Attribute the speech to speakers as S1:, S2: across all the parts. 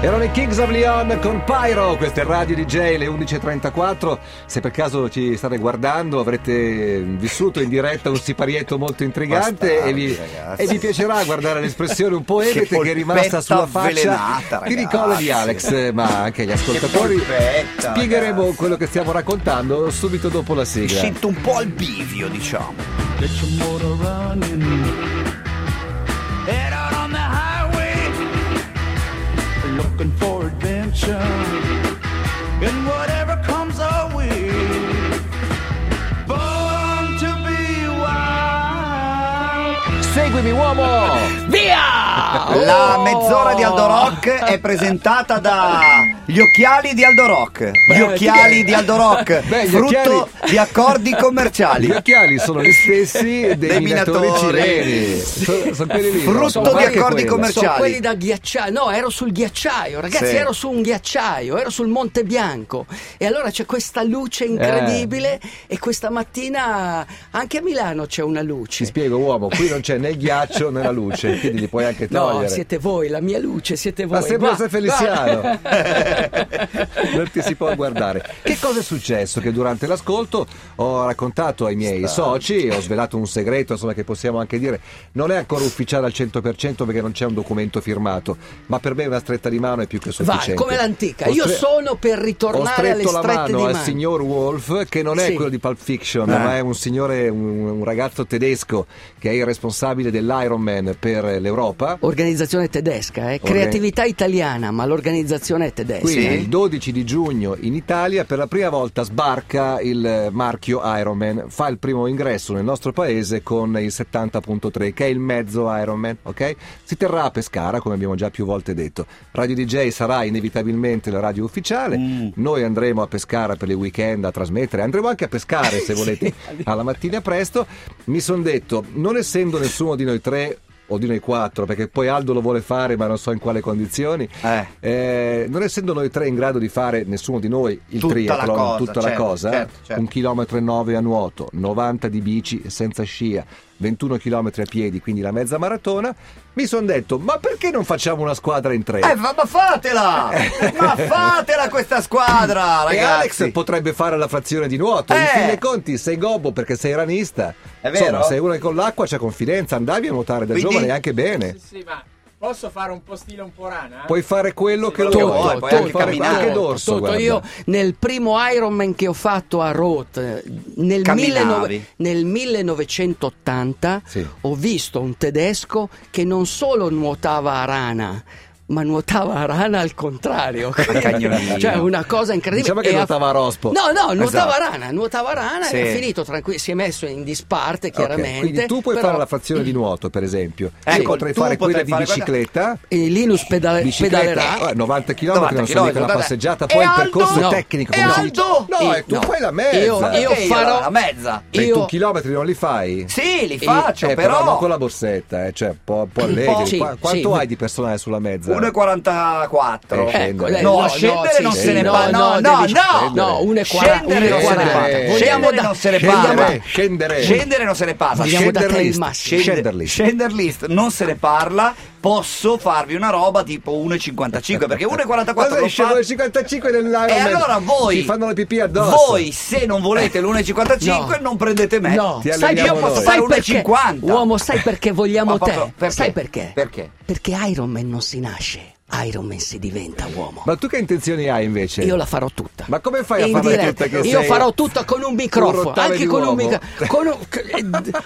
S1: Erano i Kings of Leon con Pyro, questa è Radio DJ, le 11.34. Se per caso ci state guardando avrete vissuto in diretta un siparietto molto intrigante
S2: Bastardi,
S1: e, vi,
S2: ragazzi.
S1: e vi piacerà guardare l'espressione un po'
S2: Che
S1: ebete che, è rimasta
S2: polpetta
S1: sulla faccia
S2: avvelenata,
S1: di
S2: ragazzi.
S1: Nicola di Alex, ma anche gli ascoltatori.
S2: polpetta,
S1: Spiegheremo
S2: ragazzi.
S1: quello che stiamo raccontando subito dopo la sigla.
S2: Sento un po' al bivio, diciamo.
S3: Get your motor running. Head out on the highway. Looking for adventure. And whatever comes our way. Born to be wild.
S1: Seguimi uomo!
S4: Via!
S2: La
S4: Oh!
S2: mezz'ora di Aldo Rock è presentata da Gli occhiali di Aldo Rock. Gli
S4: Beh,
S2: occhiali
S4: che-
S2: di Aldo Rock,
S1: Beh, gli
S2: frutto
S1: occhiali-
S2: di accordi
S1: Gli
S2: commerciali.
S1: occhiali sono gli stessi dei,
S2: Dei
S1: minatori
S2: minatori.
S1: cileni. Sono, sono quelli lì.
S2: Frutto
S1: no? Sono
S2: di
S1: marche
S2: accordi
S1: quelle.
S2: commerciali.
S4: Sono quelli da ghiacciaio. No, ero sul ghiacciaio, ragazzi,
S2: Sì.
S4: ero su un ghiacciaio, ero sul Monte Bianco. E allora c'è questa luce
S1: Eh.
S4: incredibile e questa mattina anche a Milano c'è una
S1: Ti
S4: luce.
S1: spiego, uomo, qui non c'è né il ghiaccio né la luce, quindi li puoi anche togliere.
S4: No, siete voi, la mia luce, siete voi.
S1: Ma sembra
S4: Va,
S1: essere Feliziano. non ti si può guardare. Che cosa è successo? Che durante l'ascolto ho raccontato ai miei soci, ho svelato un segreto, insomma, che possiamo anche dire. Non è ancora ufficiale al 100% perché non c'è un documento firmato, ma per me una stretta di mano è più che sufficiente.
S4: come l'antica. Io sono per ritornare
S1: ho stretto
S4: alle strette
S1: la mano
S4: di
S1: al
S4: mano.
S1: signor Wolf, che non è
S4: Sì.
S1: quello di Pulp Fiction,
S2: Eh.
S1: ma è un signore, un, un ragazzo tedesco che è il responsabile dell'Iron Man per l'Europa.
S4: Organizzazione tedesca, eh. creatività italiana, ma l'organizzazione è tedesca.
S1: Quindi
S2: Sì.
S1: il 12 di giugno in Italia per la prima volta sbarca il eh, marchio Ironman, fa il primo ingresso nel nostro paese con il 70.3 che è il mezzo Ironman, ok? Si terrà a Pescara come abbiamo già più volte detto. Radio DJ sarà inevitabilmente la radio ufficiale,
S2: Mm.
S3: Mm.
S1: noi andremo a Pescara per le weekend a trasmettere, andremo anche a pescare se volete alla mattina presto. Mi sono detto, non essendo nessuno di noi tre o di noi quattro, perché poi Aldo lo vuole fare ma non so in quale condizioni,
S2: Eh.
S1: eh, non essendo noi tre in grado di fare, nessuno di noi, il
S2: Tutta
S1: triathlon,
S2: la cosa,
S1: tutta la
S2: certo,
S1: cosa,
S2: certo, certo.
S1: un chilometro e nove a nuoto, 90 di bici e senza scia, 21 chilometri a piedi, quindi la mezza maratona, mi sono detto, ma perché non facciamo una squadra in tre?
S2: Eh, va- ma fatela! ma fatela questa squadra, ragazzi!
S1: e Alex potrebbe fare la frazione di nuoto. In
S2: Eh.
S1: fin dei conti, sei gobbo perché sei ranista.
S2: È vero?
S1: Insomma, sei uno che con l'acqua c'ha confidenza. Andavi a nuotare da
S2: Quindi-
S1: giovane anche bene.
S5: Sì, sì, ma posso fare un po' stile un po' rana?
S1: Puoi fare quello che
S2: quello
S1: lo
S2: che
S1: vuoi,
S2: vuoi, puoi anche
S1: fare
S2: camminare.
S1: anche dorso.
S4: Toto,
S1: guarda.
S4: io nel primo Ironman che ho fatto a Roth eh, nel,
S2: Camminavi.
S4: 19 nel 1980
S1: Sì.
S4: ho visto un tedesco che non solo nuotava a rana ma nuotava a rana al contrario
S2: cagnolino.
S4: cioè una cosa incredibile
S1: Diciamo che
S4: E a-
S1: nuotava a rospo.
S4: no no nuotava
S2: Esatto.
S4: a rana nuotava a rana
S2: Sì.
S4: e è finito tranquillo si è messo in disparte
S1: Ok,
S4: chiaramente
S1: quindi tu puoi
S4: però-
S1: fare la frazione di nuoto, per esempio.
S2: Ecco,
S1: io potrei
S2: tu
S1: fare quella
S2: potrai
S1: di
S2: fare quella-
S1: bicicletta.
S4: e Linus pedale-
S1: Bicicletta,
S4: pedalerà
S1: eh, 90 km, non so
S2: 90
S1: mica una
S2: chilometri,
S1: passeggiata,
S2: dai.
S1: poi
S2: E
S1: il
S2: Aldo?
S1: percorso
S4: No.
S1: tecnico.
S2: E
S1: come si dice.
S2: Aldo?
S1: No, e tu
S4: No.
S1: fai la
S4: Io-
S1: mezza.
S4: io
S2: Ok,
S4: farò-
S2: allora, la mezza!
S1: Beh,
S4: io-
S1: tu chilometri non li fai?
S2: Sì, li
S4: Eh,
S2: faccio,
S1: Eh,
S2: però...
S1: non con la borsetta, eh, cioè un po', un po' allegri.
S4: Sì,
S1: Qua- quanto
S4: sì.
S1: hai di personale sulla mezza?
S2: 1,44
S1: Eh,
S4: Ecco,
S1: Scendere.
S4: lei-
S2: No, scendere non
S4: sì,
S2: se
S4: sì,
S2: ne
S4: no,
S2: va. No, no,
S4: devi-
S2: no.
S4: no, uno e quaranta-
S2: Scendere
S4: uno
S2: non
S4: e
S2: se ne
S4: quaranta.
S2: parla.
S4: Vogliamo
S2: Scendere
S4: da-
S2: non se ne
S4: vogliamo
S2: parla.
S4: da-
S1: scendere.
S2: Scendere non se ne parla.
S4: Vogliamo da tre il
S1: Scenderlist,
S4: massimo.
S1: scenderlist.
S2: Scenderlist non se ne parla. Posso farvi una roba tipo 1,55 perché 1,44
S1: Ma sei
S2: lo
S1: scemo
S2: fa.
S1: del 55 nell'Ironman?
S2: E allora voi
S1: Ti fanno le pipì addosso.
S2: Voi se non volete l'1,55
S4: No.
S2: non prendete me.
S4: No,
S1: Ti
S4: sai,
S1: alleniamo
S4: io posso
S1: noi.
S4: fare
S2: Sai perché?
S4: 1,50. Uomo, sai perché vogliamo
S2: Ma proprio,
S4: te?
S2: perché?
S4: Sai perché?
S2: Perché?
S4: Perché Iron Man non si nasce, Iron Man si diventa uomo.
S1: Ma tu che intenzioni hai invece?
S4: Io la farò tutta.
S1: Ma come fai a
S4: In
S1: farla
S4: diretta.
S1: tutta che
S4: Io
S1: sei
S4: farò tutto con un microfono,
S1: rottame
S4: anche
S1: di
S4: con un
S1: uomo?
S4: microfono.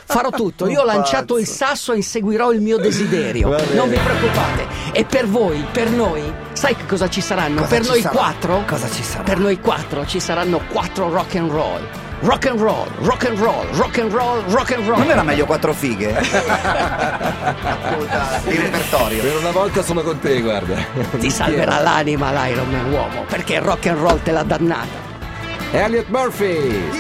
S4: farò tutto. Io ho
S2: Un
S4: lanciato il
S2: pazzo.
S4: sasso e inseguirò il mio desiderio.
S1: Va bene.
S4: Non vi preoccupate. E per voi, per noi, sai che cosa ci saranno?
S2: Cosa
S4: per
S2: ci
S4: noi
S2: sarà?
S4: quattro?
S2: Cosa ci sarà?
S4: Per noi quattro ci saranno quattro rock and roll. Rock and roll, rock and roll, rock and roll, rock and roll.
S2: Non era meglio quattro fighe? Ascolta, di repertorio.
S1: Per una volta sono con te, guarda.
S4: Ti salverà l'anima l'Iron Man uomo, perché il rock and roll te l'ha dannata.
S1: Elliot Murphy.